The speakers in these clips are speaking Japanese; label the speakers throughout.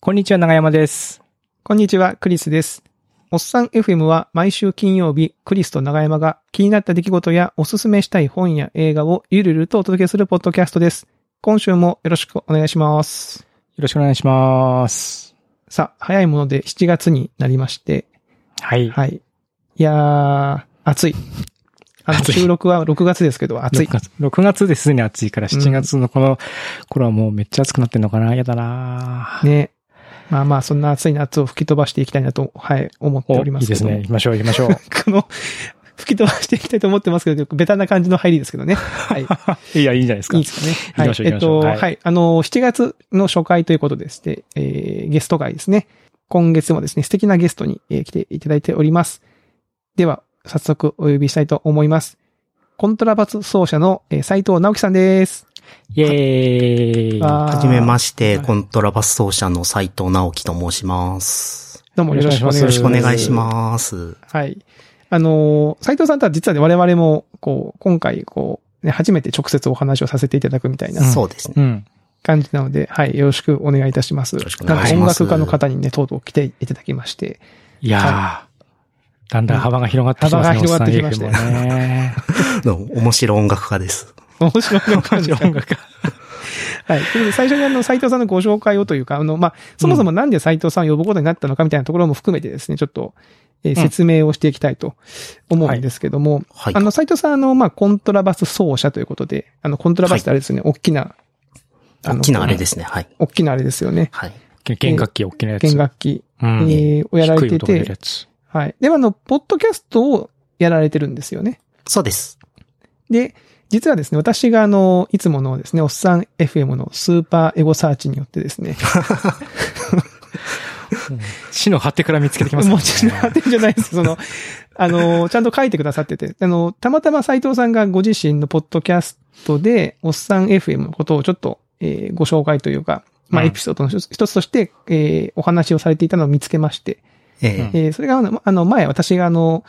Speaker 1: こんにちは、長山です。
Speaker 2: こんにちは、クリスです。おっさん FM は毎週金曜日、クリスと長山が気になった出来事やおすすめしたい本や映画をゆるゆるとお届けするポッドキャストです。今週もよろしくお願いします。
Speaker 1: よろしくお願いします。
Speaker 2: さあ、早いもので7月になりまして、
Speaker 1: はい。
Speaker 2: はい。いやー、暑い。あの、
Speaker 1: 暑い
Speaker 2: 収録は6月ですけど、暑い
Speaker 1: 6。月。6月ですでに暑いから、
Speaker 2: うん
Speaker 1: 7月のこの頃はもうめっちゃ暑くなってんのかなやだなぁ
Speaker 2: ね。まあまあ、そんな暑い夏を吹き飛ばしていきたいなと、はい、思って
Speaker 1: お
Speaker 2: お
Speaker 1: い
Speaker 2: りま
Speaker 1: い
Speaker 2: す
Speaker 1: で
Speaker 2: け
Speaker 1: す
Speaker 2: ど。
Speaker 1: ね。行きましょう、行きましょう。
Speaker 2: この、吹き飛ばしていきたいと思ってますけど、ベタな感じの入りですけどね。はい。
Speaker 1: いや、いいんじゃないですか。
Speaker 2: いいですかね。はい。
Speaker 1: 行きましょう行
Speaker 2: え
Speaker 1: きま
Speaker 2: っ
Speaker 1: しょう
Speaker 2: と、
Speaker 1: は
Speaker 2: はいい、あの、7月の初回ということでして、えー、ゲスト会ですね。今月もですね、素敵なゲストに、えー来ていただいております。では、早速お呼びしたいと思います。コントラバス奏者の、えー、斉藤直樹さんです。
Speaker 1: イェーイ。
Speaker 2: は
Speaker 3: はじめまして、
Speaker 2: はい
Speaker 3: コントラバス奏者の斉藤直樹と申します。
Speaker 2: どうもよろしくお願いします。
Speaker 1: よ
Speaker 3: よ
Speaker 1: ろ
Speaker 3: ろ
Speaker 1: し
Speaker 3: し
Speaker 1: く
Speaker 3: く
Speaker 1: お
Speaker 3: お
Speaker 1: 願
Speaker 3: 願
Speaker 1: い
Speaker 3: い
Speaker 1: し
Speaker 3: します。
Speaker 2: はい。あのー斉藤さんとは実はね、我々も、こう、今回、こう、ね、初めて直接お話をさせていただくみたいな
Speaker 1: うん
Speaker 3: そうですね。
Speaker 1: うん。
Speaker 2: 感じなので、はい、よろしくお願いいたします。
Speaker 3: よろしくお願いします
Speaker 2: なんか音楽家の方にね、とうとう来ていただきまして、
Speaker 1: いやーだんだん幅が広がってきてますね。
Speaker 2: 幅が広がってきました
Speaker 1: お
Speaker 2: よ
Speaker 1: っさん FM も ね。
Speaker 3: どうも面白音楽家です。
Speaker 2: 面白い感じ
Speaker 1: 音楽家。
Speaker 2: はい。ということで、最初にあの、斉藤さんのご紹介をというか、あの、まあ、そもそもなんで斉藤さんを呼ぶことになったのかみたいなところも含めてですね、ちょっと、えー
Speaker 1: うん
Speaker 2: 説明をしていきたいと思うんですけども、
Speaker 3: はい
Speaker 2: あ。の、斉藤さん、あの、まあ、コントラバス奏者ということで、あの、コントラバスってあれですよね、大きな、。
Speaker 3: 大きなあれですすね。はい。
Speaker 2: 大きなあれですよね。
Speaker 3: はい。
Speaker 1: 弦楽器、大きなやつ。
Speaker 2: 弦楽器、
Speaker 1: うん。
Speaker 2: えーをやられ
Speaker 1: 低い
Speaker 2: て
Speaker 1: 音が出る
Speaker 2: て、
Speaker 1: やつ。
Speaker 2: はい。で、あの、ポッドキャストをやられてるんですよね。
Speaker 3: そうです。
Speaker 2: で、実はですね、私があの、いつものですね、おっさん FM のスーパーエゴサーチによってですね、
Speaker 1: 死の果てから見つけてきます
Speaker 2: もちろん当てじゃないです。その、あの、ちゃんと書いてくださってて、あの、たまたま斉藤さんがご自身のポッドキャストで、おっさん FM のことをちょっと、えーご紹介というか、まあ、
Speaker 1: うん
Speaker 2: エピソードの一つ一つとして、えーお話をされていたのを見つけまして、
Speaker 3: ええ
Speaker 1: うん
Speaker 2: えーそれがあの、あの前私があの、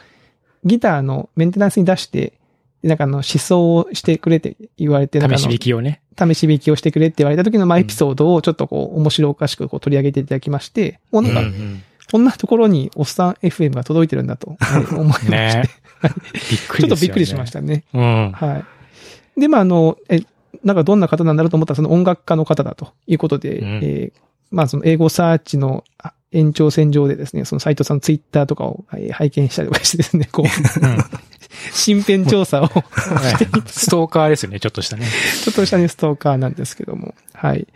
Speaker 2: ギターのメンテナンスに出して、なんかあの、思想をしてくれって言われて、なんかあ
Speaker 1: 試し
Speaker 2: の
Speaker 1: 弾きをね。
Speaker 2: 試し引きをしてくれって言われた時の、まあ、エピソードをちょっとこう、面白おかしくこう取り上げていただきまして、おなんか
Speaker 3: うん
Speaker 2: こんなところにおっさん FM が届いてるんだと思いま して、
Speaker 1: ねびっくりです
Speaker 2: ち
Speaker 1: よ
Speaker 2: ょっ
Speaker 1: ね
Speaker 2: とびっくりしまし。たね。
Speaker 1: うん。
Speaker 2: はい。で、まあ、あの、え、なんかどんな方なんだろうと思ったら、その音楽家の方だということで、
Speaker 1: うん
Speaker 2: えーまあ、その英語サーチのあ延長線上でですね、その斉藤さんのツイッターとかをえー拝見したりとかしてですね、こ う、
Speaker 1: うん
Speaker 2: 身辺調査をしていて
Speaker 1: ストーカーですよね、ちょっとしたね。
Speaker 2: ちょっとしたね、ストーカーなんですけども。はい。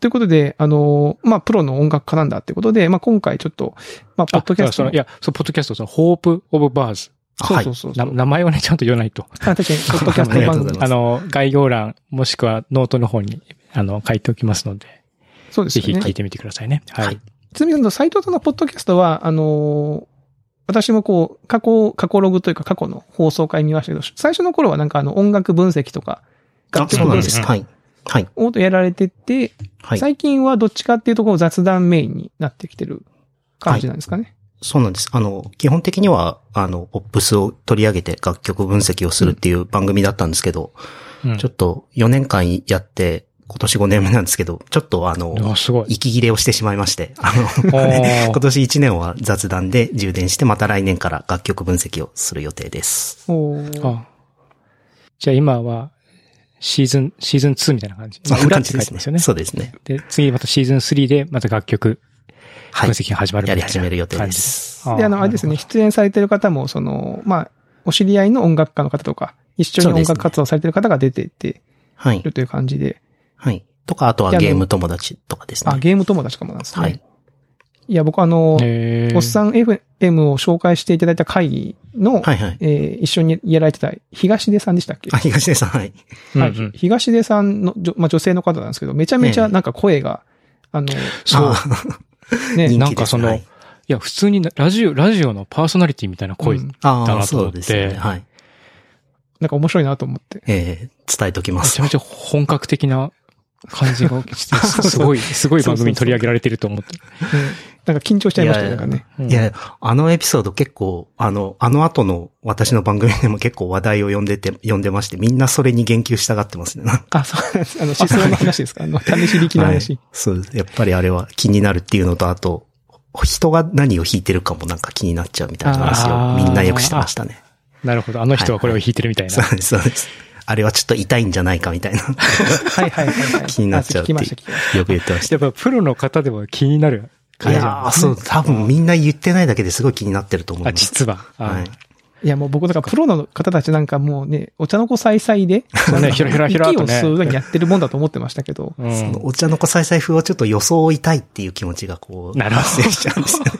Speaker 2: ということで、あの、まあ、プロの音楽家なんだってことで、まあ、今回ちょっと、まあ、ポッドキャスト
Speaker 1: あそうだそ
Speaker 2: の
Speaker 1: のいや、そう、ポッドキャスト、その、ホープオブバーズ。
Speaker 2: そ
Speaker 3: は
Speaker 2: う
Speaker 3: い
Speaker 2: そう。そうそ
Speaker 1: な
Speaker 2: う。
Speaker 1: 名前をね、ちゃんと言わないと。
Speaker 2: あ確かに、ポッドキャストの
Speaker 3: ありが
Speaker 2: 番
Speaker 3: とうご
Speaker 2: 組
Speaker 3: ざい。ま
Speaker 1: あの、概要欄、もしくはノートの方に、あの、書いておきますので、
Speaker 2: そうです
Speaker 1: ぜ
Speaker 2: よ
Speaker 1: ひ
Speaker 2: ね。
Speaker 1: 聞いてみてくださいね。は
Speaker 3: はいい。
Speaker 2: ちなみに、あの、斎藤さんのポッドキャストは、あのー私もこう、過去、過去ログというか過去の放送回見ましたけど、最初の頃はなんかあの、音楽分析とか、
Speaker 3: あ、
Speaker 2: 楽
Speaker 3: そ
Speaker 2: 曲
Speaker 3: うな
Speaker 2: 分
Speaker 3: ん
Speaker 2: 析
Speaker 3: です。
Speaker 1: うん
Speaker 3: はい。はい。
Speaker 2: をやられてて、
Speaker 3: はい。
Speaker 2: 最近はどっちかっていうとこう、雑談メインになってきてる感じなんですかね。
Speaker 3: そうなんです。あの、基本的には、あの、ポップスを取り上げて楽曲分析をするっていう番組だったんですけど、
Speaker 1: うん
Speaker 3: ちょっと4年間やって、今年5年目なんですけど、ちょっとあの、
Speaker 1: あすごい。
Speaker 3: 息切れをしてしまいまして、あ
Speaker 1: お
Speaker 3: の、
Speaker 1: ー
Speaker 3: 今年1年は雑談で充電して、また来年から楽曲分析をする予定です。
Speaker 2: おー
Speaker 1: あじゃあ今は、シーズン、シーズン2みたいな感じ。
Speaker 3: そんな感じ
Speaker 1: 裏って書
Speaker 3: で
Speaker 1: い
Speaker 3: す
Speaker 1: て
Speaker 3: ね。
Speaker 1: ますよね。
Speaker 3: そうですね。
Speaker 1: で、次またシーズン3で、また楽曲、
Speaker 3: は
Speaker 1: 分
Speaker 3: い。
Speaker 1: 析が始まるみた
Speaker 3: や
Speaker 1: いな
Speaker 3: り始める予定です。
Speaker 1: 感じ。
Speaker 2: で、あの、あれですね、出演されてる方も、その、まあ、お知り合いの音楽家の方とか、一緒に音楽活動されてる方が出ていって
Speaker 3: はい
Speaker 2: る。という感じで、
Speaker 3: はい。とか、あとは
Speaker 2: であの
Speaker 3: ゲーム友達とかです
Speaker 2: あ、
Speaker 3: ね。
Speaker 2: ゲーム友達かもなんですね。
Speaker 3: はい。
Speaker 2: いや、僕あの、
Speaker 1: へー
Speaker 2: おっさん FM を紹介していただいた会議の、
Speaker 3: はいはい。
Speaker 2: えー一緒にやられてた東出さんでしたっけ
Speaker 3: あ、東出さん、はい。
Speaker 1: うんう
Speaker 2: はい
Speaker 1: ん
Speaker 2: 東出さんの、じょまあ、女性の方なんですけど、めちゃめちゃなんか声が、あの、
Speaker 1: そう。
Speaker 2: ね、
Speaker 3: 人気です
Speaker 1: なんかその
Speaker 3: はい
Speaker 1: いや、普通になラジオ、ラジオのパーソナリティみたいな声
Speaker 2: うん
Speaker 3: あ
Speaker 1: だな
Speaker 3: あ、
Speaker 1: と思
Speaker 3: そ
Speaker 1: っ
Speaker 3: う
Speaker 1: て
Speaker 3: ですよね。はい。
Speaker 2: なんか面白いなと思って。
Speaker 3: ええ伝えときま
Speaker 1: め
Speaker 3: す
Speaker 1: ちゃ。めちゃ本格 的な感じがして、すすごい、すごい番組に取り上げられてると思って。
Speaker 2: うんなんか緊張しちゃいましたね、なんかね。
Speaker 1: うん
Speaker 3: いや、あのエピソード結構、あの、あの後の私の番組でも結構話題を呼んでて、呼んでまして、みんなそれに言及したがってますね。なんか
Speaker 2: あ、そうなんです。あの、思想の話ですかあの、試し力の話。
Speaker 3: そうです。やっぱりあれは気になるっていうのと、あと、人が何を弾いてるかもなんか気になっちゃうみたいな話
Speaker 1: あー
Speaker 3: をみんなよくしてましたね。
Speaker 1: なるほど。あの人はこれを弾いてるみたいな。
Speaker 3: そうです、そうです。あれはちょっと痛いんじゃないかみたいな、
Speaker 2: はいはいはいはい。
Speaker 3: 気になっちゃうってい
Speaker 2: あ
Speaker 3: う
Speaker 2: 聞きました聞きまし
Speaker 3: よく言ってまし
Speaker 1: やっぱプロの方でも気になる
Speaker 3: た。
Speaker 1: 感
Speaker 3: い
Speaker 1: じ
Speaker 3: や
Speaker 1: なん
Speaker 3: ー、
Speaker 1: です
Speaker 3: そ
Speaker 1: ね。
Speaker 3: う、多分みんな言ってないだけですごい気になってると思い
Speaker 1: あ、
Speaker 3: ます。
Speaker 1: 実は。あ
Speaker 3: はい。
Speaker 2: たいや、もう僕、だからプロの方たちなんかもうね、お茶の子さいさいで、
Speaker 1: うねひらひらひらっ
Speaker 2: 息
Speaker 1: と
Speaker 2: を
Speaker 1: ね
Speaker 2: 吸うようにやってるもんだと思ってましたけど。
Speaker 1: うん
Speaker 3: そのお茶の子再々風をちょっと装いたいっていう気持ちがこう、
Speaker 1: なるほど
Speaker 3: 発生しちゃうんですよね。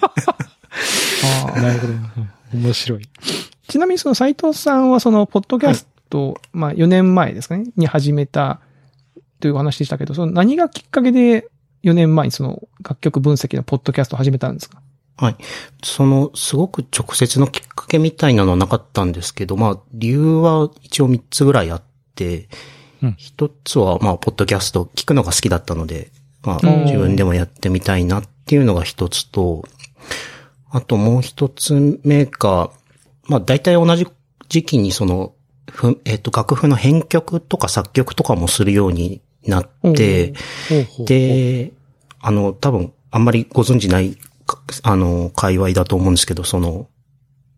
Speaker 2: あー
Speaker 1: なるほど。うん面白い。
Speaker 2: ちなみにその斉藤さんはそのポッドキャストを、まあ4年前ですかね、に始めたというお話でしたけど、その何がきっかけで4年前にその楽曲分析のポッドキャストを始めたんですか
Speaker 3: はい。その、すごく直接のきっかけみたいなのはなかったんですけど、まあ、理由は一応3つぐらいあって
Speaker 1: うん、
Speaker 3: 一、つは、まあ、ポッドキャスト聞くのが好きだったので、まあ
Speaker 2: うん、
Speaker 3: 自分でもやってみたいなっていうのが一つと、あともう一つ目が、まあ、大体同じ時期にその、ふえっ、と、楽譜の編曲とか作曲とかもするようになって、
Speaker 1: ほうほう
Speaker 3: で、あの、多分、あんまりご存知ないか、あの、界隈だと思うんですけど、その、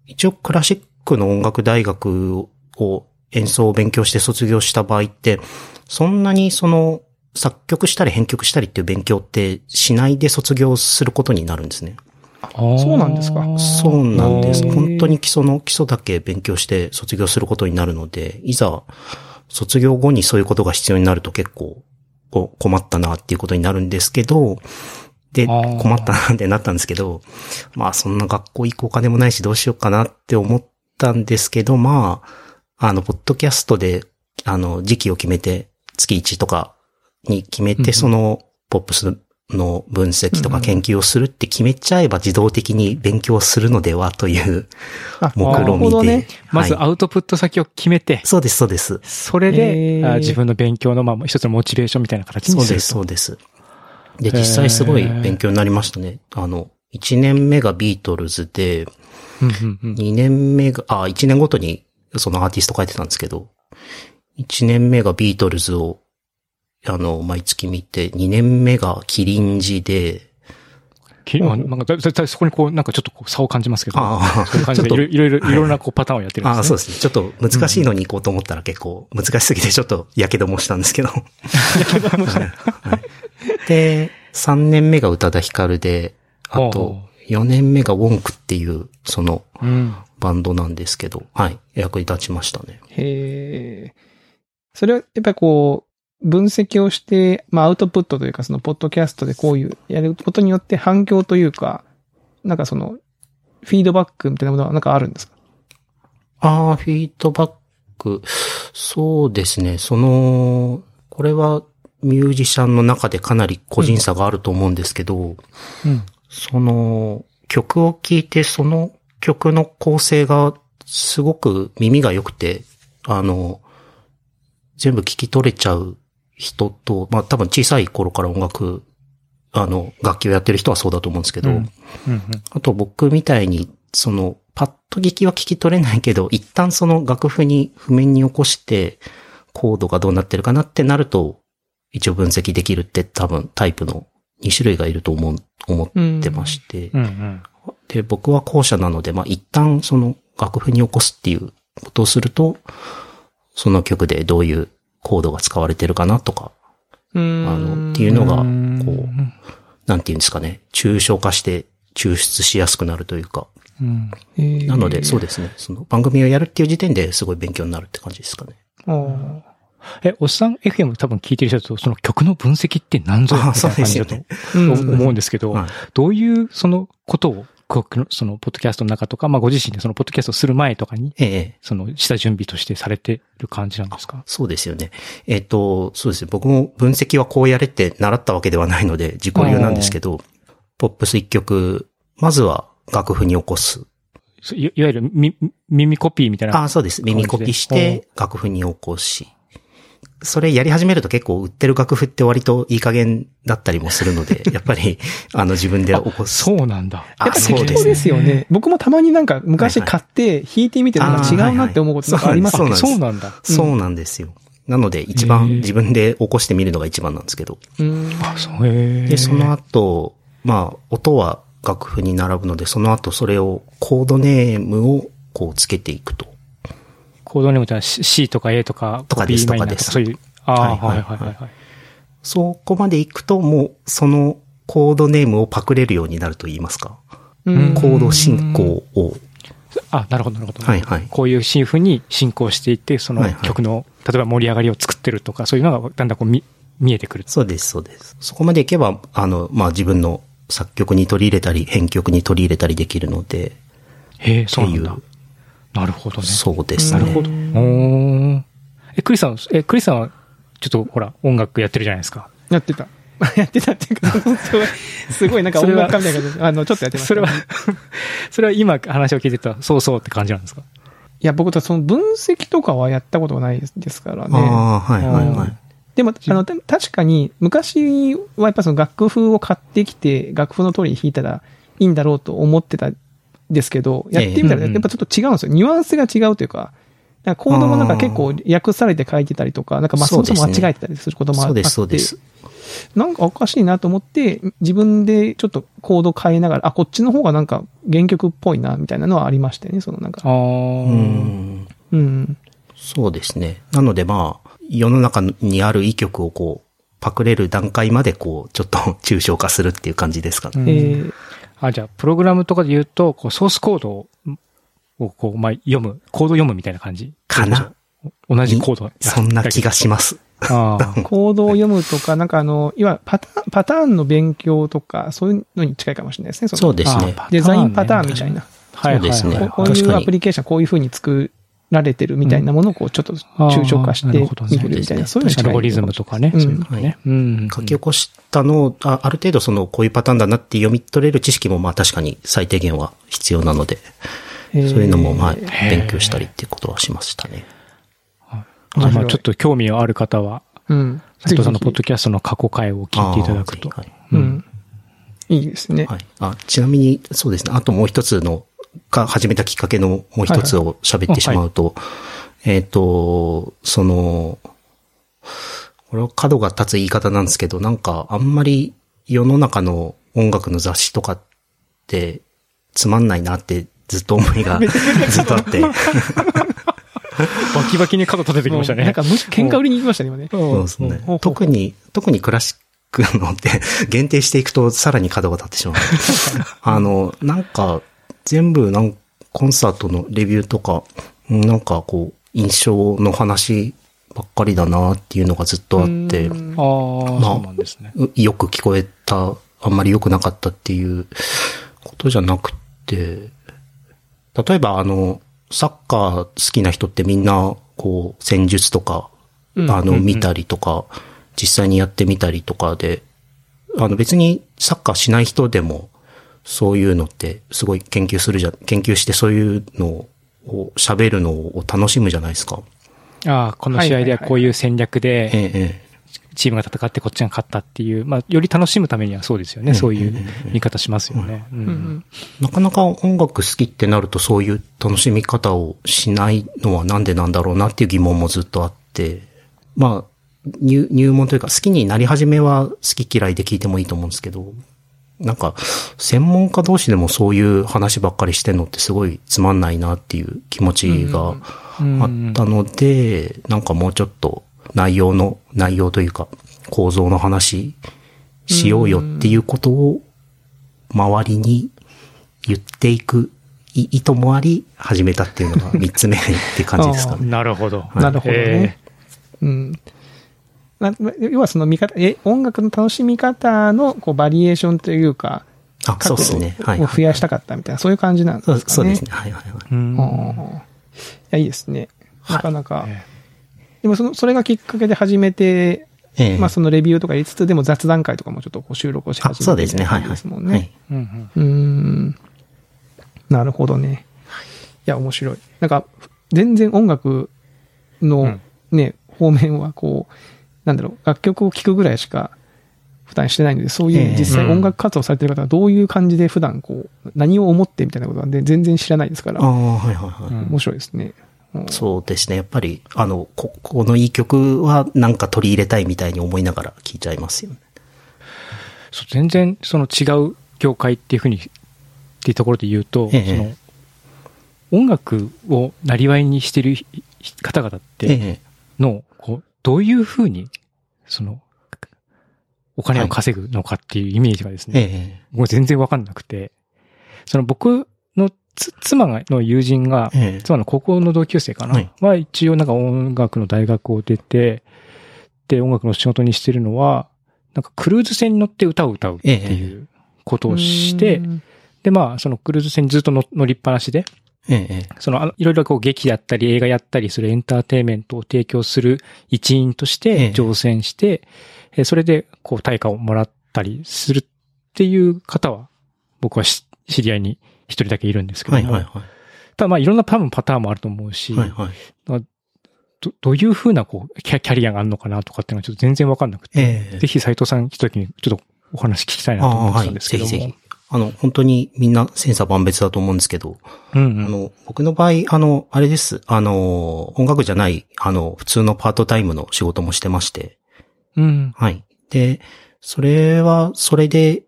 Speaker 3: 一応クラシックの音楽大学を演奏を勉強して卒業した場合って、そんなにその、作曲したり編曲したりっていう勉強ってしないで卒業することになるんですね。
Speaker 2: そうなんですか
Speaker 3: そうなんです。
Speaker 1: へー
Speaker 3: 本当に基礎の基礎だけ勉強して卒業することになるので、いざ卒業後にそういうことが必要になると結構こう困ったなっていうことになるんですけど、で、
Speaker 1: あー
Speaker 3: 困ったなってなったんですけど、まあそんな学校行くお金もないしどうしようかなって思ったんですけど、まあ、あの、ポッドキャストで、あの、時期を決めて、月1とかに決め
Speaker 1: うんう
Speaker 3: て、
Speaker 1: ん
Speaker 3: その、ポップスの分析とか研究をするって決めちゃえば自動的に勉強するのではという
Speaker 2: あ、
Speaker 3: 目
Speaker 2: なる
Speaker 3: 論
Speaker 2: ほど
Speaker 3: 見で
Speaker 2: ね。。
Speaker 1: まず
Speaker 3: はい
Speaker 1: アウトプット先を決めて、
Speaker 3: そうです、そうです。
Speaker 1: それで、
Speaker 2: へー
Speaker 1: あ自分の勉強の、まあ、一つのモチベーションみたいな形
Speaker 3: そ
Speaker 1: に
Speaker 3: う
Speaker 1: す
Speaker 3: で
Speaker 1: る
Speaker 3: す、
Speaker 1: と。
Speaker 3: そうです。で、実際すごい勉強になりましたね。あの、1年目がビートルズで、
Speaker 1: うんうんうん
Speaker 3: 2年目が、あ、1年ごとにそのアーティスト書いてたんですけど、1年目がビートルズを、あの、毎月見て、2年目がキリンジで、
Speaker 1: きあなんかだだだそこにこう、なんかちょっとこう差を感じますけど、
Speaker 3: あ
Speaker 1: そういう
Speaker 3: あ、
Speaker 1: 感
Speaker 3: ち
Speaker 1: じ
Speaker 3: ょっ
Speaker 1: でい
Speaker 3: と
Speaker 1: ろ、いろ いろいろいろなこうパターンをやってるんですね。
Speaker 3: ああ、そうですね。ちょっと難しいのに行こうと思ったら結構難しすぎてちょっとやけどもしたんで すけど。はいで、3年目が宇多田ヒカルで、あと
Speaker 1: ほ
Speaker 3: 4年目がウォンクっていうその
Speaker 1: うん。
Speaker 3: バンドなんですけど、はい、役に立ちましたね。
Speaker 2: へえ。それはやっぱりこう、分析をして、まあアウトプットというかそのポッドキャストでこういう、やることによって反響というか、なんかその、フィードバックみたいなものはなんかあるんですか
Speaker 3: ああ、フィードバック。そうですね。その、これはミュージシャンの中でかなり個人差があると思うんですけど、
Speaker 1: うん。
Speaker 3: その曲を聴いてその曲の構成がすごく耳が良くて、あの、全部聞き取れちゃう人と、まあ多分小さい頃から音楽、あの、楽器をやってる人はそうだと思うんですけど、
Speaker 1: うんうんうん
Speaker 3: あと僕みたいに、その、パッと聞きは聞き取れないけど、一旦その楽譜に譜面に起こして、コードがどうなってるかなってなると、一応分析できるって多分タイプの2種類がいると思う、思っ
Speaker 2: うん
Speaker 3: ってまして、
Speaker 1: うんうん。
Speaker 3: で、僕は後者なので、まあ、一旦その楽譜に起こすっていうことをすると、その曲でどういうコードが使われてるかなとか、
Speaker 2: う
Speaker 3: あ
Speaker 2: ん。
Speaker 3: の、っていうのが、こう、なんていうんですかね、抽象化して抽出しやすくなるというか、
Speaker 1: うん。
Speaker 2: な
Speaker 3: なので、そうですね、その番組をやるっていう時点ですごい勉強になるって感じですかね。
Speaker 2: あ
Speaker 1: え、おっさん FM 多分聞いてる人だと、その曲の分析って何ぞや
Speaker 3: あ
Speaker 1: みたいな感じだ
Speaker 3: そう
Speaker 1: と
Speaker 2: あうん
Speaker 1: 思うんですけど、
Speaker 3: はい
Speaker 1: どういうそのことを、こうそのポッドキャストの中とか、まあご自身でそのポッドキャストをする前とかに、
Speaker 3: ええ、
Speaker 1: その下準備としてされてる感じなんですか
Speaker 3: そうですよね。えっ、と、そうですね。僕も分析はこうやれって習ったわけではないので、自己流なんですけど、ポップス一曲、まずは楽譜に起こす。
Speaker 1: そいいわゆるみ耳コピーみたいな。
Speaker 3: ああ、そうです。耳コピして、楽譜に起こし。それやり始めると結構売ってる楽譜って割といい加減だったりもする ので、やっぱり、あの、自分で起こす。
Speaker 1: そうなんだ。
Speaker 3: あ
Speaker 2: やっぱり
Speaker 3: そう
Speaker 2: 適
Speaker 3: で
Speaker 2: 当
Speaker 3: す
Speaker 2: で
Speaker 3: ね。
Speaker 2: すよね。僕もたまになんか昔買って弾いてみてなんか違うなって思うこととかあります
Speaker 3: そう
Speaker 2: よ
Speaker 3: なん
Speaker 2: ね
Speaker 3: です
Speaker 1: そうなんだ。
Speaker 3: そうなんですよ。なので、一
Speaker 1: へー
Speaker 3: 番自分で起こしてみるのが一番なんですけど。
Speaker 2: うん
Speaker 1: あ、そうへ
Speaker 3: で、その
Speaker 1: 後。
Speaker 3: 後、まあ、音は楽譜に並ぶので、その後それを、コードネームをこうつけていくと。
Speaker 1: コードネームってのは C- C とか A とか、
Speaker 3: とかです
Speaker 1: B マイナー
Speaker 3: とかです
Speaker 1: そういう。ああ、
Speaker 3: は
Speaker 1: はいい
Speaker 3: は
Speaker 1: はいい
Speaker 3: はい
Speaker 1: はいはい。
Speaker 3: そこまで行くと、もう、そのコードネームをパクれるようになると言いますか。
Speaker 2: うん
Speaker 3: コード進行を。
Speaker 1: あ、なるほど、なるほど。
Speaker 3: はいはい。
Speaker 1: こういうシーフに進行していって、その
Speaker 3: はいはい
Speaker 1: 曲の、例えば盛り上がりを作ってるとか、そういうのがだんだんこう見見えてくる。
Speaker 3: そうです、そうです。そこまで行けば、あの、まあ、自分の作曲に取り入れたり、編曲に取り入れたりできるので、
Speaker 1: へえ、そうなん
Speaker 3: っ
Speaker 1: だ
Speaker 3: てい。
Speaker 1: なるほどね。
Speaker 3: そうです
Speaker 1: な
Speaker 3: ね。
Speaker 1: るほど。おーえ、クリスさん、え、クリスさんは、ちょっとほら、音楽やってるじゃないですか。
Speaker 2: やってた。 やってたっていうか、すごい、すごいなんか音楽家みたいな感じで、あの、ちょっとやってました。
Speaker 1: それは、 それは今話を聞いてた、そうそうって感じなんですか
Speaker 2: いや、僕とその分析とかはやったことがないですからね。
Speaker 3: ああ、はいはいは
Speaker 2: う
Speaker 3: い
Speaker 2: ん。でも、あの、た確かに、昔はやっぱその楽譜を買ってきて、楽譜の通りに弾いたらいいんだろうと思ってたんですけど、やってみたら
Speaker 1: ええ
Speaker 2: やっぱちょっと違うんですよ。ニュアンスが違うというか、なんかコードもなんか結構訳されて書いてたりとか、なんかまあそ
Speaker 3: そう
Speaker 2: も
Speaker 3: です
Speaker 2: そ
Speaker 3: ね
Speaker 2: も間違えてたりすることもあ
Speaker 3: そ
Speaker 2: っ
Speaker 3: う
Speaker 2: て、
Speaker 3: です、そうです。
Speaker 2: なんかおかしいなと思って、自分でちょっとコード変えながら、あ、こっちの方がなんか原曲っぽいな、みたいなのはありましたよね、そのなんか。
Speaker 1: ああ、
Speaker 3: う。ん。
Speaker 2: うん。
Speaker 3: そうですね。なのでまあ、世の中にあるいい曲をこう、パクれる段階までこう、ちょっと 抽象化するっていう感じですかね。
Speaker 2: えー
Speaker 1: あ、じゃあ、プログラムとかで言うと、こうソースコードを、をこう、まあ、読む、コード読むみたいな感じ。
Speaker 3: かな
Speaker 1: 同じコード。
Speaker 3: そんな気がします。
Speaker 1: ああ。
Speaker 2: コードを読むとか、なんかあの、いわゆるパターン、パターンの勉強とか、そういうのに近いかもしれないですね。その
Speaker 3: そうですね。
Speaker 1: あ
Speaker 2: デザインパターンみたいな。
Speaker 1: はいはいはい。
Speaker 3: そうですね
Speaker 2: こ
Speaker 3: あ
Speaker 2: うこうい
Speaker 3: 確
Speaker 2: う
Speaker 3: かに
Speaker 2: アプリケーション、こういう風に作られてるみたいなものを、こう、ちょっと抽象化して
Speaker 1: あーなるほどね
Speaker 2: 見てるみたいな、そういうのに
Speaker 1: ア
Speaker 2: 近
Speaker 1: ル
Speaker 2: い
Speaker 1: ゴリズムとかね。
Speaker 2: うん
Speaker 1: そういうのがね。うん。
Speaker 3: 書き起こしたのを、あある程度その、こういうパターンだなって読み取れる知識もまあ確かに最低限は必要なので、
Speaker 2: そう
Speaker 3: そういうのもまあ、
Speaker 1: ー
Speaker 3: 勉強したりっていうことはしましたね。
Speaker 1: じゃあまあちょっと興味ある方は、
Speaker 2: うん。
Speaker 1: 佐藤さんの
Speaker 2: ぜ
Speaker 1: ポ
Speaker 2: ひ
Speaker 1: ッドキャストの過去回を聞いていただくと。
Speaker 3: あーはいはい
Speaker 2: うん。いいですね。
Speaker 3: はい。あ、ちなみに、そうですね。あともう一つの、が始めたきっかけのもう一つを喋ってしまうと、えっ、と、その、これは角が立つ言い方なんですけど、なんかあんまり世の中の音楽の雑誌とかってつまんないなってずっと思 いがずっとあって、
Speaker 1: バキバキに肩立ててきました
Speaker 2: もうな
Speaker 1: ね
Speaker 2: ん。か、むし喧嘩売りに行きましたね、今ね。
Speaker 3: そうですね
Speaker 2: ほうほうほう
Speaker 3: 特に、特にクラシックのって 限定していくとさらに角が立ってしまう。 あの、なんか、全部なん、コンサートのレビューとか、うんなんかこう、印象の話ばっかりだなっていうのがずっとあって、
Speaker 2: うん
Speaker 1: ああ、そうなんですね。
Speaker 3: うよく聞こえた、あんまり良くなかったっていうことじゃなくて、例えばあの、サッカー好きな人ってみんな、こう、戦術とか、
Speaker 2: うん
Speaker 3: あの、見たりとか、実際にやってみたりとかで、あの、別にサッカーしない人でも、そういうのって、すごい研究するじゃ、研究してそういうのを喋るのを楽しむじゃないですか。
Speaker 1: ああ、この試合ではこういう戦略
Speaker 3: え
Speaker 1: で、
Speaker 3: え、ええ。
Speaker 1: チームが戦ってこっちが勝ったっていう、まあ、より楽しむためにはそうですよね。そういう見方しますよね。う。
Speaker 2: うんうんん
Speaker 3: なかなか音楽好きってなるとそういう楽しみ方をしないのはなんでなんだろうなっていう疑問もずっとあって、まあ、入入門というか好きになり始めは好き嫌いで聞いてもいいと思うんですけど、なんか、専門家同士でもそういう話ばっかりしてんのってすごいつまんないなっていう気持ちがあったので、なんかもうちょっと内容の、内容というか構造の話しようよっていうことを周りに言っていくい意図もあり始めたっていうのが3つ目って感じです かね。
Speaker 1: なるほど。
Speaker 2: なるほどね
Speaker 1: え。
Speaker 2: うん。な要はその見方、え、音楽の楽しみ方のこうバリエーションというか、
Speaker 3: あ、そうですね。はい。
Speaker 2: を増やしたかったみたいな、そういう感じなんです
Speaker 3: そ
Speaker 2: か
Speaker 3: う
Speaker 2: ね。
Speaker 3: そうですね。はいはいはい。
Speaker 1: え。う
Speaker 2: うんん。いや、いいですね。
Speaker 3: はい
Speaker 2: なかなか。
Speaker 1: え
Speaker 2: でもその、それがきっかけで始めて、
Speaker 3: ええ
Speaker 2: まあそのレビューとか言いつつ、でも雑談会とかもちょっとこう収録をし始
Speaker 3: あ、
Speaker 2: めて。
Speaker 3: そうですね。はいはい。
Speaker 2: ですもんね。
Speaker 3: はい
Speaker 1: うんうん
Speaker 2: うーん。なるほどね。いや、面白い。なんか、全然音楽
Speaker 1: う
Speaker 2: の
Speaker 1: ん
Speaker 2: ね、方面はこう、なんだろう、楽曲を聴くぐらいしか負担してないので、そうい
Speaker 3: え
Speaker 2: う
Speaker 3: え
Speaker 2: 実際
Speaker 3: うん
Speaker 2: 音楽活動されてる方はどういう感じで普段こう、何を思ってみたいなことなんで全然知らないですか
Speaker 3: あ
Speaker 2: ら、
Speaker 3: あ、はいはいはい。
Speaker 1: うん
Speaker 2: 面白いですね。うん
Speaker 3: そうですね。やっぱり、あの、こ、このいい曲はなんか取り入れたいみたいに思いながら聴いちゃいますよね。
Speaker 1: そう全然その違う業界っていうふうにっていうところで言うと、
Speaker 3: ええ
Speaker 1: その音楽をなりわいにしてるひひ方々って
Speaker 3: え
Speaker 1: の、こうどういうふうにそのお金を稼ぐのかっていうイメージがです
Speaker 3: え、え
Speaker 1: ね、
Speaker 3: え、
Speaker 1: もう全然わかんなくて、その僕のつ妻がの友人が、
Speaker 3: ええ、
Speaker 1: 妻の高校の同級生かな、
Speaker 3: はい
Speaker 1: は一応なんか音楽の大学を出て、で、音楽の仕事にしてるのは、なんかクルーズ船に乗って歌を歌うっていうことをして、
Speaker 2: うん
Speaker 1: で、まあ、そのクルーズ船にずっと乗乗りっぱなしで、
Speaker 3: ええ、え
Speaker 1: その、あのいろいろこう劇やったり映画やったりするエンターテインメントを提供する一員とし
Speaker 3: え
Speaker 1: て
Speaker 3: え
Speaker 1: 乗船して、えそれでこう対価をもらったりするっていう方は、僕はし知り合いに一人だけいるんですけ
Speaker 3: え、
Speaker 1: ど
Speaker 3: は
Speaker 1: も、
Speaker 3: いはいは
Speaker 1: ただまあいろんな多分パターンもあると思うし、
Speaker 3: い。はいはい。
Speaker 1: どどういうふうなこうキャキャリアがあるのかなとかっていうのはちょっと全然わかんなくて、
Speaker 3: ええ
Speaker 1: ぜひ斉藤さん来た時にちょっとお話聞きたいなと思ってたんですけども。
Speaker 3: ああはいぜひぜあの、本当にみんな千差万別だと思うんですけど、
Speaker 1: うん、
Speaker 3: あ
Speaker 1: うん。
Speaker 3: の、僕の場合、あの、あれです。あの、音楽じゃない、あの、普通のパートタイムの仕事もしてまして、
Speaker 1: うん。
Speaker 3: はい。で、それは、それで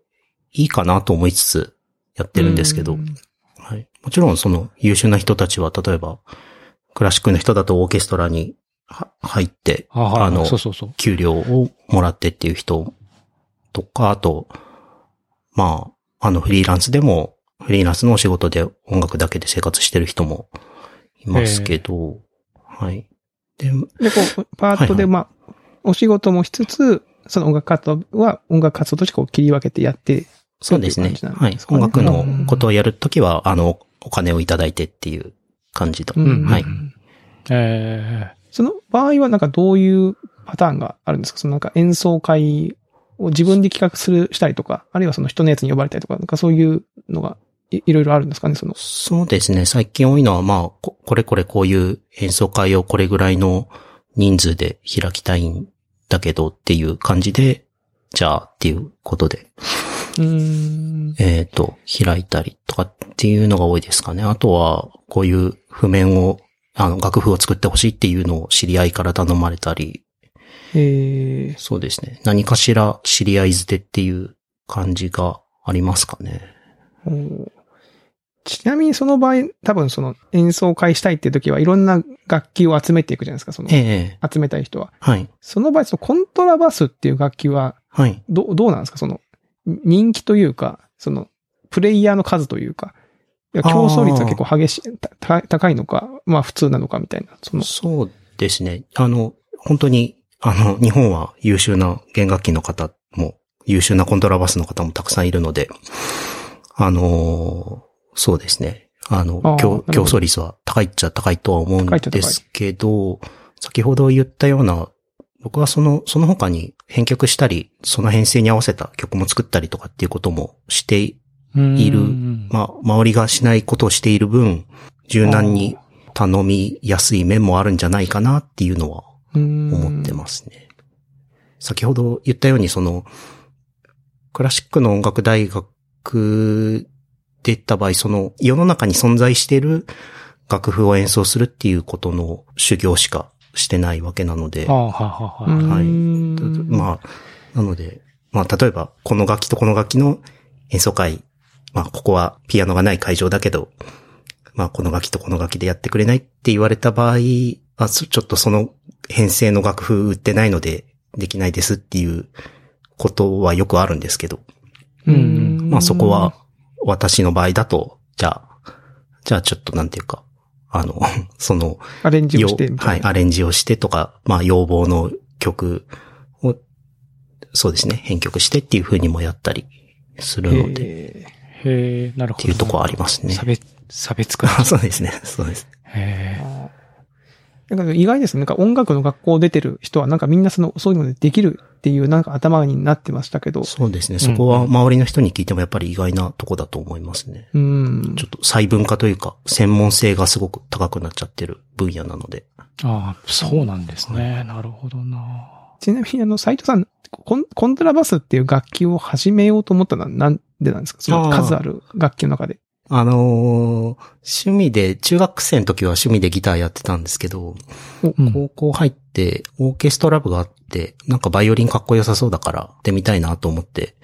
Speaker 3: いいかなと思いつつやってるんですけど、はい。もちろんその優秀な人たちは、例えば、クラシックの人だとオーケストラには入って、
Speaker 1: あはい
Speaker 3: あの
Speaker 1: そうそうそう。
Speaker 3: 給料をもらってっていう人とか、あと、まあ、あのフリーランスでも、フリーランスのお仕事で音楽だけで生活してる人もいますけど、はい。で、
Speaker 2: で、こう、パート
Speaker 3: はいは
Speaker 2: で、
Speaker 3: い
Speaker 2: まあ、お仕事もしつつ、その音楽活動は音楽活動としてこう切り分けてやって、
Speaker 3: そうですね
Speaker 2: ってい。う感じな
Speaker 3: は
Speaker 2: ん
Speaker 3: い
Speaker 2: です。かね
Speaker 3: 音楽のことをやるときは、あの、お金をいただいてっていう感じと。
Speaker 2: うん
Speaker 1: うん
Speaker 3: はい。
Speaker 1: え
Speaker 2: その場合はなんかどういうパターンがあるんですかそのなんか演奏会を自分で企画する、したりとか、あるいはその人のやつに呼ばれたりとか、なんかそういうのがいいろいろあるんですかねその。
Speaker 3: そうですね。最近多いのは、まあ、ここれこれこういう演奏会をこれぐらいの人数で開きたいんだけどっていう感じで、じゃあっていうことで、
Speaker 2: うーん。
Speaker 3: えっ、と、開いたりとかっていうのが多いですかね。あとは、こういう譜面を、あの、楽譜を作ってほしいっていうのを知り合いから頼まれたり、
Speaker 2: えー、
Speaker 3: そうですね。何かしら知り合い捨てっていう感じがありますかね。
Speaker 2: おーちなみにその場合、多分その演奏会したいって時はいろんな楽器を集めていくじゃないですか、その
Speaker 3: え、え
Speaker 2: 集めたい人は。
Speaker 3: はい。
Speaker 2: その場合、そのコントラバスっていう楽器は
Speaker 3: はい。
Speaker 2: ど、どうなんですかその、ん人気というか、その、プレイヤーの数というか、いや
Speaker 3: あー
Speaker 2: 競争率は結構激しい、たた高いのか、まあ普通なのかみたいな、その、
Speaker 3: そうですね。あの、本当に、あの、日本は優秀な弦楽器の方も、優秀なコントラバスの方もたくさんいるので、あのーそうですね。あの
Speaker 2: あー、
Speaker 3: 競
Speaker 2: なる
Speaker 3: 競
Speaker 2: ほど
Speaker 3: 争率は高いっちゃ高いとは思うん
Speaker 2: 高いっちゃ高い
Speaker 3: ですけど、先ほど言ったような、僕はその、その他に編曲したり、その編成に合わせた曲も作ったりとかっていうこともして
Speaker 1: え
Speaker 3: いる
Speaker 1: うん
Speaker 3: まあ、周りがしないことをしている分、柔軟に頼みやすい面もあるんじゃないかなっていうのは思
Speaker 2: 思
Speaker 3: ってますね。先ほど言ったように、その、クラシックの音楽大学で行った場合、その世の中に存在している楽譜を演奏するっていうことの修行しかしてないわけなので、
Speaker 1: ああ、はいはいはい。
Speaker 3: はい
Speaker 2: まあ、
Speaker 3: まあ、なので、まあ、例えば、この楽器とこの楽器の演奏会、まあ、ここはピアノがない会場だけど、まあ、この楽器とこの楽器でやってくれないって言われた場合、あ、そちょっとその編成の楽譜売ってないので、できないですっていうことはよくあるんですけど、
Speaker 1: うん
Speaker 3: まあ、そこは、、私の場合だと、じゃあ、じゃあちょっとなんていうか、あの、 その、
Speaker 2: アレンジをしてみ
Speaker 3: よう
Speaker 2: た
Speaker 3: はいい、
Speaker 2: な。
Speaker 3: アレンジをしてとか、まあ、要望の曲を、そうですね、編曲してっていう風にもやったりするので、っ
Speaker 2: え
Speaker 1: へえ、なるほど。
Speaker 3: ていう とこはありますね
Speaker 1: 差。別、差別化。
Speaker 3: そうですね、そうです。
Speaker 1: へえ。
Speaker 2: ーあーなんか意外ですね。なんか音楽の学校出てる人は、なんかみんなその、そういうのでできるっていう、なんか頭になってましたけど。
Speaker 3: そうですね。そこは周りの人に聞いてもやっぱり意外なとこだと思いますね。
Speaker 2: うん
Speaker 3: ち。ょっと細分化というか、専門性がすごく高くなっちゃってる分野なので。
Speaker 1: ああ、そうなんですね。なるほどな。
Speaker 2: ちなみに、あの、斎藤さん、コンコントラバスっていう楽器を始めようと思ったのはなんでなんですかその数ある楽器の中で。
Speaker 3: あのー趣味で、中学生の時は趣味でギターやってたんですけど、
Speaker 1: うん
Speaker 3: 高校入ってオーケストラ部があって、なんかバイオリンかっこよさそうだから、やってみたいなと思って、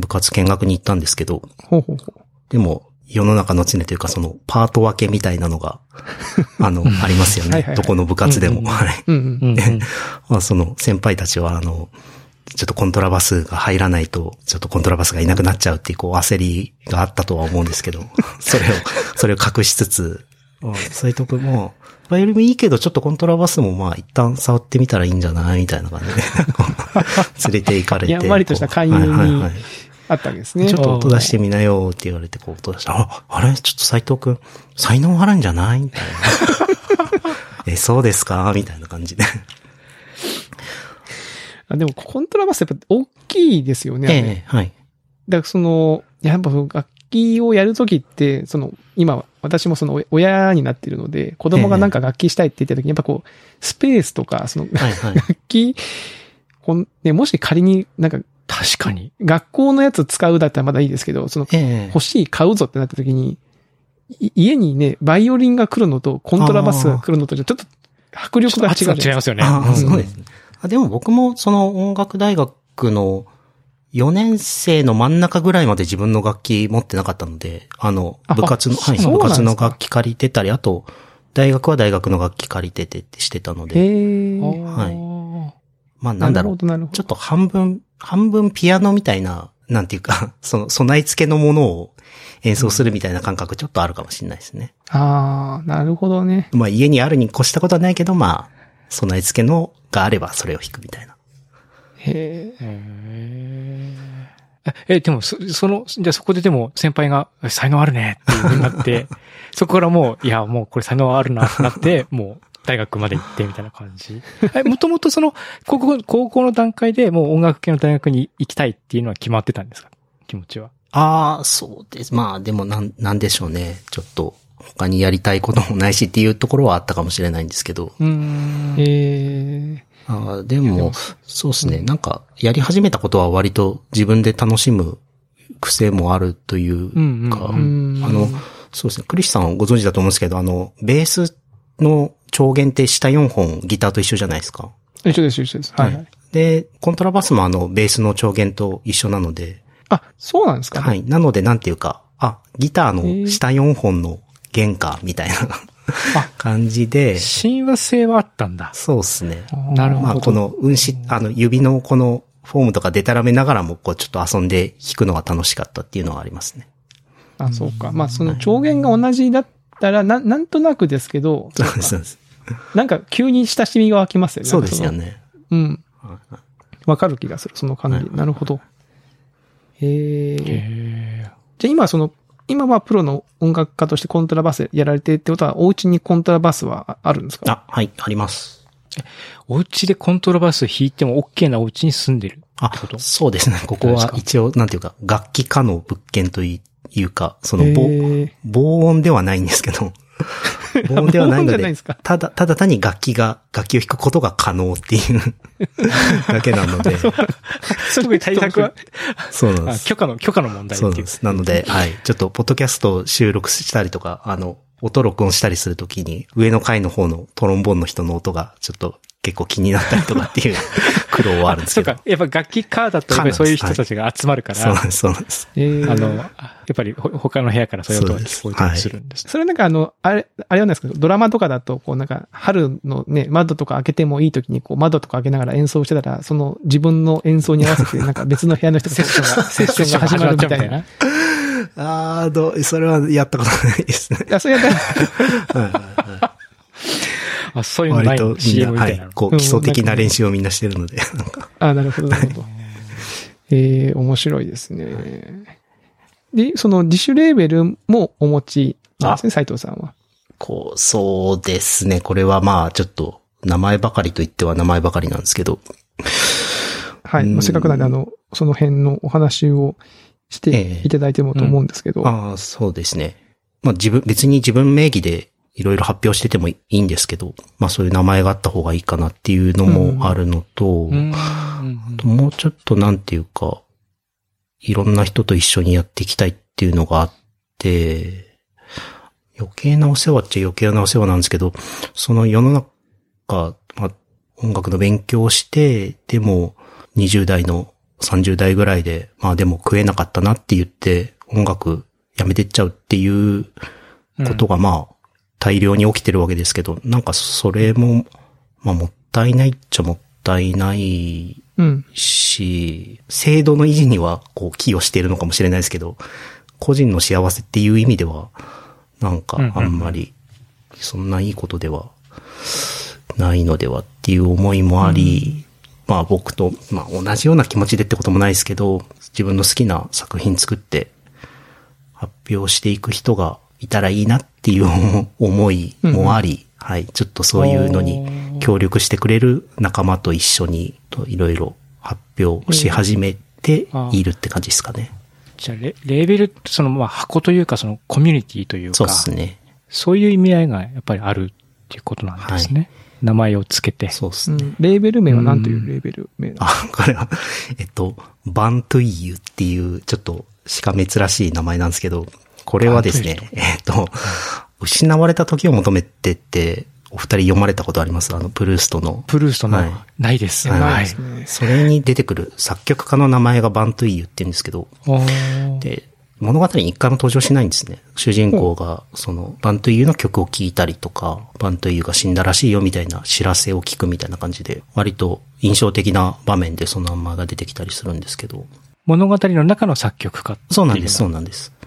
Speaker 3: 部活見学に行ったんですけど、
Speaker 2: ほうほうほう。
Speaker 3: でも、世の中の常というか、その、パート分けみたいな のが、あの、ありますよ
Speaker 2: はいはいは
Speaker 3: ね。
Speaker 2: い
Speaker 3: どこの部活でも。
Speaker 1: うんうん
Speaker 3: はい。
Speaker 2: うんう。
Speaker 1: うん んうん
Speaker 3: まあ、その、先輩たちは、あの、ちょっとコントラバスが入らないと、ちょっとコントラバスがいなくなっちゃうっていう、こう、焦りがあったとは思うんです けど、それを、それを隠しつつ、斎藤君も、バイオリンもいいけど、ちょっとコントラバスもまあ、一旦触ってみたらいいんじゃないみたいな感じで、こ う連れて行かれて。
Speaker 2: やんわりとした勧誘に
Speaker 3: こうはいはいはい
Speaker 2: あったわけですね。
Speaker 3: ちょっと音出してみなよって言われて、こう音出したあ、あれちょっと斎藤くん、才能あるんじゃな いみたいな。え、そうですかみたいな感じで。
Speaker 2: あでも、コントラバスってやっぱ大きいですよね。あ
Speaker 3: え
Speaker 2: れ
Speaker 3: え、はい。
Speaker 2: だからその、やっぱその楽器をやるときって、その、今、私もそのお親になっているので、子供がなんか楽器したいって言ったときに、やっぱこう、スペースとか、その、
Speaker 3: はい、はい。
Speaker 2: 楽器、こんね、もし仮になんか、
Speaker 1: 確かに。
Speaker 2: 学校のやつ使うだったらまだいいですけど、その、
Speaker 3: ええ
Speaker 2: 欲。しい、買うぞってなったときに、い家にね、バイオリンが来るのと、コントラバスが来るのとじゃ、ちょっと、迫力が違うじ
Speaker 1: ち
Speaker 2: ゃ
Speaker 1: ょ
Speaker 2: な
Speaker 1: っ
Speaker 2: い
Speaker 1: と違い
Speaker 2: で
Speaker 1: ます
Speaker 2: すか。
Speaker 1: よね。
Speaker 3: あ
Speaker 1: う
Speaker 3: あ、
Speaker 1: ん
Speaker 3: そうですね。あでも僕もその音楽大学の4年生の真ん中ぐらいまで自分の楽器持ってなかったので、あの
Speaker 2: あ、
Speaker 3: 部活の、はい、
Speaker 2: そう
Speaker 3: 部
Speaker 2: なんですか
Speaker 3: 活の楽器借りてたり、あと、大学は大学の楽器借りててってしてたの
Speaker 2: へ
Speaker 3: で、
Speaker 2: ー
Speaker 3: はい
Speaker 1: あ
Speaker 3: まあなんだろ
Speaker 2: なるほ。
Speaker 3: う
Speaker 2: ど、なるほ
Speaker 3: ち
Speaker 2: ど。
Speaker 3: ょっと半分、半分ピアノみたいな、なんていうか、 その、備え付けのものを演奏するみたいな感覚ちょっとあるかもしれないですね。
Speaker 2: ああ、なるほどね。
Speaker 3: まあ家にあるに越したことはないけど、まあ、備え付けのがあればそれを弾くみたいな。
Speaker 2: へー
Speaker 1: ーへーえ、でも、そその、じゃあそこででも先輩が、才能あるねっていう風になって、 そこからもう、いや、もうこれ才能あるなってなって、もう大学まで行ってみたいな感じ。え、もともとその、高校、高校の段階でもう音楽系の大学に行きたいっていうのは決まってたんですか気持ちは。
Speaker 3: ああ、そうです。まあでもなん、なんでしょうね。ちょっと、他にやりたいこともないしっていうところはあったかもしれないんですけど。
Speaker 2: うーん。え
Speaker 3: ああ、でも、そうですね。なんか、やり始めたことは割と自分で楽しむ癖もあるという
Speaker 1: うんうん
Speaker 3: か、
Speaker 1: う
Speaker 2: ー、うん。
Speaker 3: あの、そうですね。クリスさんご存知だと思うんですけど、あの、ベースの長弦って下4本ギターと一緒じゃないですか。
Speaker 2: 一緒です、一緒です。はい、はい。
Speaker 3: で、コントラバスもあの、ベースの長弦と一緒なので、
Speaker 2: あ、そうなんですか、
Speaker 3: はい。なので、なんていうか、あ、ギターの下4本の弦か、みたいな感じで、
Speaker 1: 親和性はあったんだ。
Speaker 3: そうですね。
Speaker 1: なるほど
Speaker 3: まあ、この、運指、あの、指のこの、フォームとかデタラメながらも、こう、ちょっと遊んで弾くのが楽しかったっていうのはありますね。
Speaker 2: あ、そうか。まあ、その長弦が同じだったら、なん、なんとなくですけど、
Speaker 3: そうですそうです。
Speaker 2: なんか急に親しみが湧きますよね。
Speaker 3: そうですよ
Speaker 2: なんか
Speaker 3: ね。
Speaker 2: その。うん。
Speaker 3: はい
Speaker 2: わかる気がする、その感じ。
Speaker 3: はい
Speaker 2: なるほど。へ
Speaker 1: へ
Speaker 2: え。
Speaker 1: え。
Speaker 2: じゃあ今、その、今はプロの音楽家としてコントラバスやられてってことは、お家にコントラバスはあるんですか
Speaker 3: あ、はい、あります。
Speaker 1: お家でコントラバス弾いても OK なお家に住んで る。
Speaker 3: あ
Speaker 1: こと、
Speaker 3: そうですね。ここ
Speaker 1: です
Speaker 3: は
Speaker 1: か
Speaker 3: 一応、なんていうか、楽器科の物件といいうか、その、
Speaker 2: へ
Speaker 3: 防、
Speaker 2: ー
Speaker 3: 防音ではないんですけど、防音ではな
Speaker 2: 防
Speaker 3: い
Speaker 2: 音
Speaker 3: の
Speaker 2: じゃ
Speaker 3: で、
Speaker 2: ないんですか
Speaker 3: ただ、ただ単に楽器が、楽器を弾くことが可能っていう だけなの で、
Speaker 1: 特に対策は、
Speaker 3: そうなんで
Speaker 1: あ
Speaker 3: す。
Speaker 1: 許可の、許可の問題って
Speaker 3: そ
Speaker 1: い
Speaker 3: うな
Speaker 1: うん
Speaker 3: です。なので、はい。ちょっと、ポッドキャストを収録したりとか、あの、音録音したりするときに、上の階の方のトロンボーンの人の音が、ちょっと結構気になったりとか っていう苦労はあるんです
Speaker 1: そ
Speaker 3: け
Speaker 1: う
Speaker 3: ど。
Speaker 1: か、やっぱ楽器カーだと、やっぱりそういう人たちが集まるか
Speaker 3: そ
Speaker 1: ら、
Speaker 3: うなんです、そうなんです。
Speaker 2: えー
Speaker 1: あの、やっぱりほ他の部屋からそういう音が聞こえたりするんです。
Speaker 2: それなんかあの、あれ、あれはないですかドラマとかだと、こうなんか、春のね、窓とか開けてもいい時に、こう窓とか開けながら演奏してたら、その自分の演奏に合わせて、なんか別の部屋の人とセッションが、セッションが始まるみたいな。。
Speaker 3: ああ、どう、それはやったことないですね。
Speaker 2: あ、それやっ
Speaker 1: あ、そういうのな
Speaker 3: 割
Speaker 1: い
Speaker 3: と
Speaker 1: の
Speaker 3: みん
Speaker 1: ?CM
Speaker 3: な、
Speaker 1: み
Speaker 3: は
Speaker 1: たい
Speaker 3: い
Speaker 1: なの。。
Speaker 3: こう、基礎的な練習をみんなしてるので。なんか
Speaker 2: たあ、なるほど、なるほど。えー、面白いですね。で、その自主レーベルもお持ちなんですね、斉藤さんは。
Speaker 3: こう、そうですね。これはまあ、ちょっと、名前ばかりと言っては名前ばかりなんですけど。
Speaker 2: はい。
Speaker 3: うん
Speaker 2: まあ、せっかくなんで、あの、その辺のお話をしていただいてもと思うんですけど、
Speaker 3: ああ、そうですね。まあ自分、別に自分名義でいろいろ発表しててもいいんですけど、まあそういう名前があった方がいいかなっていうのもあるのと、
Speaker 1: うん。
Speaker 3: あともうちょっとなんていうか、いろんな人と一緒にやっていきたいっていうのがあって、余計なお世話っちゃ余計なお世話なんですけど、その世の中、まあ、音楽の勉強をして、でも20代の30代ぐらいで、まあでも食えなかったなって言って音楽やめてっちゃうっていうことがまあ大量に起きてるわけですけど、なんかそれも、まあもったいないっちゃもったいない
Speaker 2: うん。
Speaker 3: し、制度の維持にはこう寄与しているのかもしれないですけど、個人の幸せっていう意味では、なんか
Speaker 1: うんうんうん
Speaker 3: あんまり、そんないいことではないのではっていう思いもあり、まあ僕と、まあ同じような気持ちでってこともないですけど、自分の好きな作品作って発表していく人がいたらいいなっていう思いもあり、はい、ちょっとそういうのに協力してくれる仲間と一緒にといろいろ発表し始めているって感じですかね。
Speaker 1: じゃあレ、レーベル、その、まあ、箱というか、その、コミュニティというか、
Speaker 3: そうですね。
Speaker 1: そういう意味合いがやっぱりあるっていうことなんですね。名前をつけて。
Speaker 3: そうです
Speaker 2: う
Speaker 3: ね。
Speaker 2: んレーベル名は何というレーベル名な
Speaker 3: あ、これは、えっと、バントゥイユっていう、ちょっと、しかめつらしい名前なんですけど、これはですね、えっと、失われた時を求めてって、お二人読まれたことありますあの、プルーストの。
Speaker 1: プルーストの、
Speaker 3: はい
Speaker 1: ないです。
Speaker 3: はい
Speaker 1: は
Speaker 2: ん
Speaker 1: い
Speaker 2: です。ね。
Speaker 3: それに出てくる作曲家の名前がバントゥイユって言うんですけど、
Speaker 1: おー
Speaker 3: で、物語に一回も登場しないんですね。主人公が、その、バントゥイユの曲を聴いたりとか、バントゥイユが死んだらしいよみたいな知らせを聞くみたいな感じで、割と印象的な場面でその名前が出てきたりするんですけど、
Speaker 1: 物語の中の作曲家っていの
Speaker 3: そうなんです、そうなんです。
Speaker 1: うん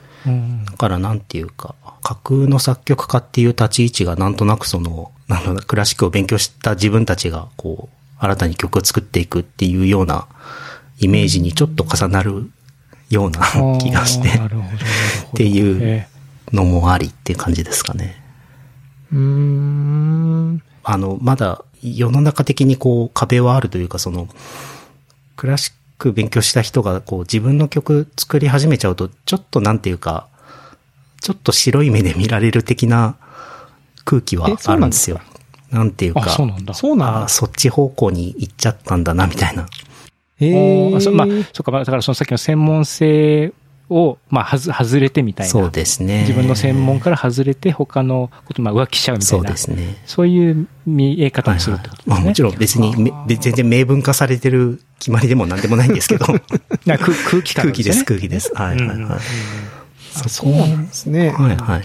Speaker 3: だからなんていうか、架空の作曲家っていう立ち位置がなんとなくその、なんだろうクラシックを勉強した自分たちが、こう、新たに曲を作っていくっていうようなイメージにちょっと重なるような気がして
Speaker 1: あーなるほどなるほど。
Speaker 3: っていう
Speaker 1: え
Speaker 3: のもありっていう感じですかね。
Speaker 2: うーん。
Speaker 3: あの、まだ世の中的にこう壁はあるというか、その、クラシック勉強した人がこう自分の曲作り始めちゃうと、ちょっとなんていうか、ちょっと白い目で見られる的な空気は
Speaker 2: えそ
Speaker 3: あ
Speaker 2: う
Speaker 3: る
Speaker 2: なんん
Speaker 3: で
Speaker 2: ですす
Speaker 3: よ。なんていう
Speaker 1: えあ、
Speaker 3: か、
Speaker 1: そうなんだ。
Speaker 2: そうなん
Speaker 3: あ
Speaker 2: だ
Speaker 3: ー。そっち方向に行っちゃったんだな、みたいな。
Speaker 2: え
Speaker 1: おーあそまあ
Speaker 2: ー、
Speaker 1: そうか、まあだからそのさっきの専門性を、まあ、はず、外れてみたいな。
Speaker 3: そうですね。
Speaker 1: 自分の専門から外れて他のこと、まあ、浮気しちゃうみた
Speaker 3: そ
Speaker 1: いうな。
Speaker 3: ですね。
Speaker 1: そういう見え方
Speaker 3: はい
Speaker 1: にする
Speaker 3: は
Speaker 1: ってこ
Speaker 3: い
Speaker 1: とで
Speaker 3: ますあ
Speaker 1: ね。
Speaker 3: もちろん別にめ
Speaker 2: あー
Speaker 3: 全然明文化されてる決まりでも何でもないんですけど、
Speaker 1: なんか空空気感
Speaker 3: 空気です、
Speaker 1: ね。
Speaker 3: 空気です。はいはいはい。
Speaker 2: あそうなんですね。
Speaker 3: はいはい。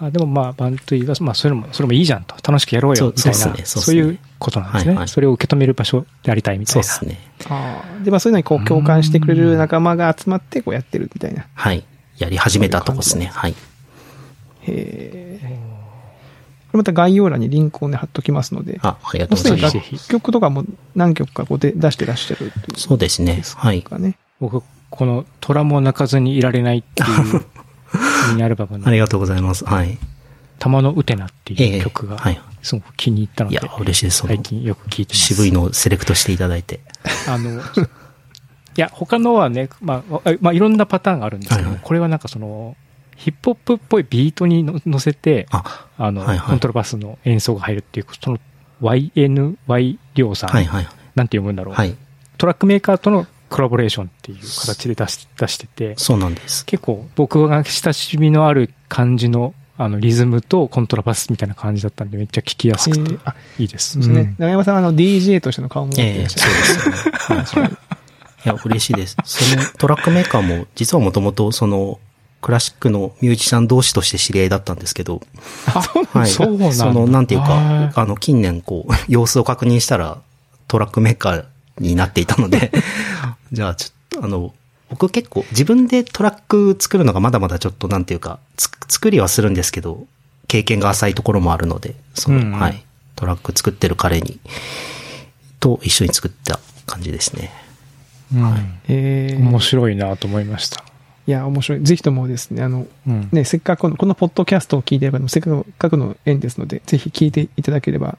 Speaker 1: あでもまあ、バントゥイが、まあ、それも、それもいいじゃんと。楽しくやろう
Speaker 3: そ
Speaker 1: よ
Speaker 3: う、
Speaker 1: みたいな。
Speaker 3: そ
Speaker 1: そうう
Speaker 3: っすねそうっすね
Speaker 1: いうことなんですね、
Speaker 3: はいはい
Speaker 1: それを受け止める場所でありたいみたい
Speaker 3: そう
Speaker 1: な。
Speaker 3: ですね。
Speaker 2: あーで、まあ、そういうのにこう共感してくれる仲間が集まってこうやってるみたいな。
Speaker 3: はい。やり始めたとこですね。はい。
Speaker 2: へえ。これまた概要欄にリンクをね、貼っときますので。
Speaker 3: あ、ありがと
Speaker 2: もう
Speaker 3: うご
Speaker 2: すで
Speaker 3: ざい
Speaker 2: に
Speaker 3: ます
Speaker 1: ぜ。
Speaker 2: 楽曲とかも何曲かこうで出してらっしゃるってい
Speaker 3: そうですね。はい。
Speaker 2: うかね。
Speaker 1: 僕、この、虎も泣かずにいられないって いうミニアルバム
Speaker 3: あ
Speaker 1: の、
Speaker 3: りがとうございます。はい。
Speaker 1: 玉のウテナって
Speaker 3: え
Speaker 1: い
Speaker 3: え
Speaker 1: う曲が
Speaker 3: はい、
Speaker 1: すごく気に入ったの
Speaker 3: い
Speaker 1: で、
Speaker 3: や、嬉しいです。その
Speaker 1: 最近よく聴いてます。
Speaker 3: 渋いのをセレクトしていただいて。
Speaker 1: あの、いや、他のはね、まあ、あまあ、いろんなパターンがあるんですけど、
Speaker 3: はいはい
Speaker 1: これはなんかその、ヒップホップっぽいビートにの乗せて、あ
Speaker 3: あ、
Speaker 1: の、
Speaker 3: はいはい
Speaker 1: コントラバスの演奏が入るっていう、その、YNY りょうさん、
Speaker 3: はいはい。
Speaker 1: なんて読むんだろう、
Speaker 3: はい。
Speaker 1: トラックメーカーとのコラボレーションっていう形で出し出してて、
Speaker 3: そうなんです。
Speaker 1: 結構僕が親しみのある感じの、あの、リズムとコントラバスみたいな感じだったんで、めっちゃ聞きやすくて
Speaker 2: えーあ、
Speaker 1: いいです。
Speaker 2: そうです
Speaker 1: うん
Speaker 2: ね。長山さんはあの DJ としての顔も持ってい
Speaker 3: え
Speaker 2: ら
Speaker 3: え、
Speaker 2: っし
Speaker 3: そうですよね。
Speaker 2: ゃる。 確かに
Speaker 3: いや、嬉しいです。そのトラックメーカーも、実はもともと、その、クラシックのミュージシャン同士として知り合いだったんですけど、
Speaker 1: あ、
Speaker 3: はい。
Speaker 1: そうなんだ
Speaker 3: その、なんていう
Speaker 1: は
Speaker 3: か
Speaker 1: い、
Speaker 3: あの、近年、こう、 様子を確認したら、トラックメーカーになっていたので、 じゃあ、ちょっと、あの、僕結構、自分でトラック作るのがまだまだちょっと、なんていうか、つ作りはするんですけど、経験が浅いところもあるので、その、
Speaker 1: うんうん
Speaker 3: はい。トラック作ってる彼に、と一緒に作った感じですね。
Speaker 1: うん
Speaker 2: ええ
Speaker 1: 面白いなと思いました。
Speaker 2: いや、面白い。ぜひともですね、あの、
Speaker 1: うん。
Speaker 2: ね、せっかくの、このポッドキャストを聞いてれば、せっかくの縁ですので、ぜひ聞いていただければ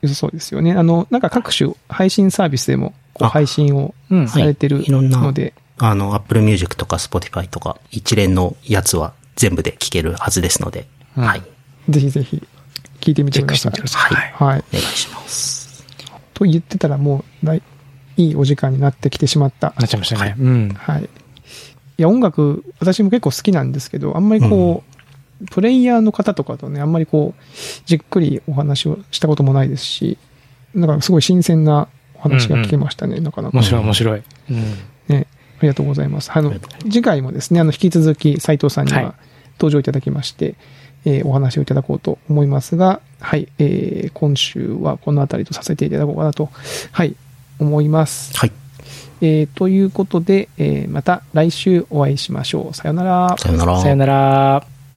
Speaker 2: 良さそうですよね。あの、なんか各種配信サービスでも、こう
Speaker 3: あ
Speaker 2: 配信を
Speaker 1: うん。
Speaker 2: されてる
Speaker 3: いろんな
Speaker 2: ので、
Speaker 3: あの、Apple Music とか Spotify とか、一連のやつは全部で聞けるはずですので、
Speaker 1: うん
Speaker 3: はい。
Speaker 2: ぜひぜひ聞いてみて
Speaker 1: チェ
Speaker 2: く
Speaker 1: ック
Speaker 2: だ
Speaker 1: して
Speaker 2: さ
Speaker 1: みてくだ
Speaker 2: い。
Speaker 1: さい。
Speaker 3: は
Speaker 1: はい
Speaker 2: はい。
Speaker 3: お願いします。
Speaker 2: と言ってたら、もうだい、いいお時間になってきてしまった。
Speaker 1: なっちゃいましたね。うん。
Speaker 2: はい。いや、音楽、私も結構好きなんですけど、あんまりこう、プレイヤーの方とかとね、あんまりこう、じっくりお話をしたこともないですし、なんかすごい新鮮なお話が聞けましたね、なかなか
Speaker 1: 面。白い、面白い。うん。
Speaker 2: ね、ありがとうございます。あの
Speaker 3: ありがとうござい、
Speaker 2: 次回もですね、あの、引き続き斉藤さんに
Speaker 1: はい
Speaker 2: は登場いただきまして、えーお話をいただこうと思いますが、はい、えー今週はこのあたりとさせていただこうかなと、はい、思います。
Speaker 3: はい。
Speaker 2: えーということで、えーまた来週お会いしましょう。さようなら。
Speaker 3: さよなら。
Speaker 1: さよなら。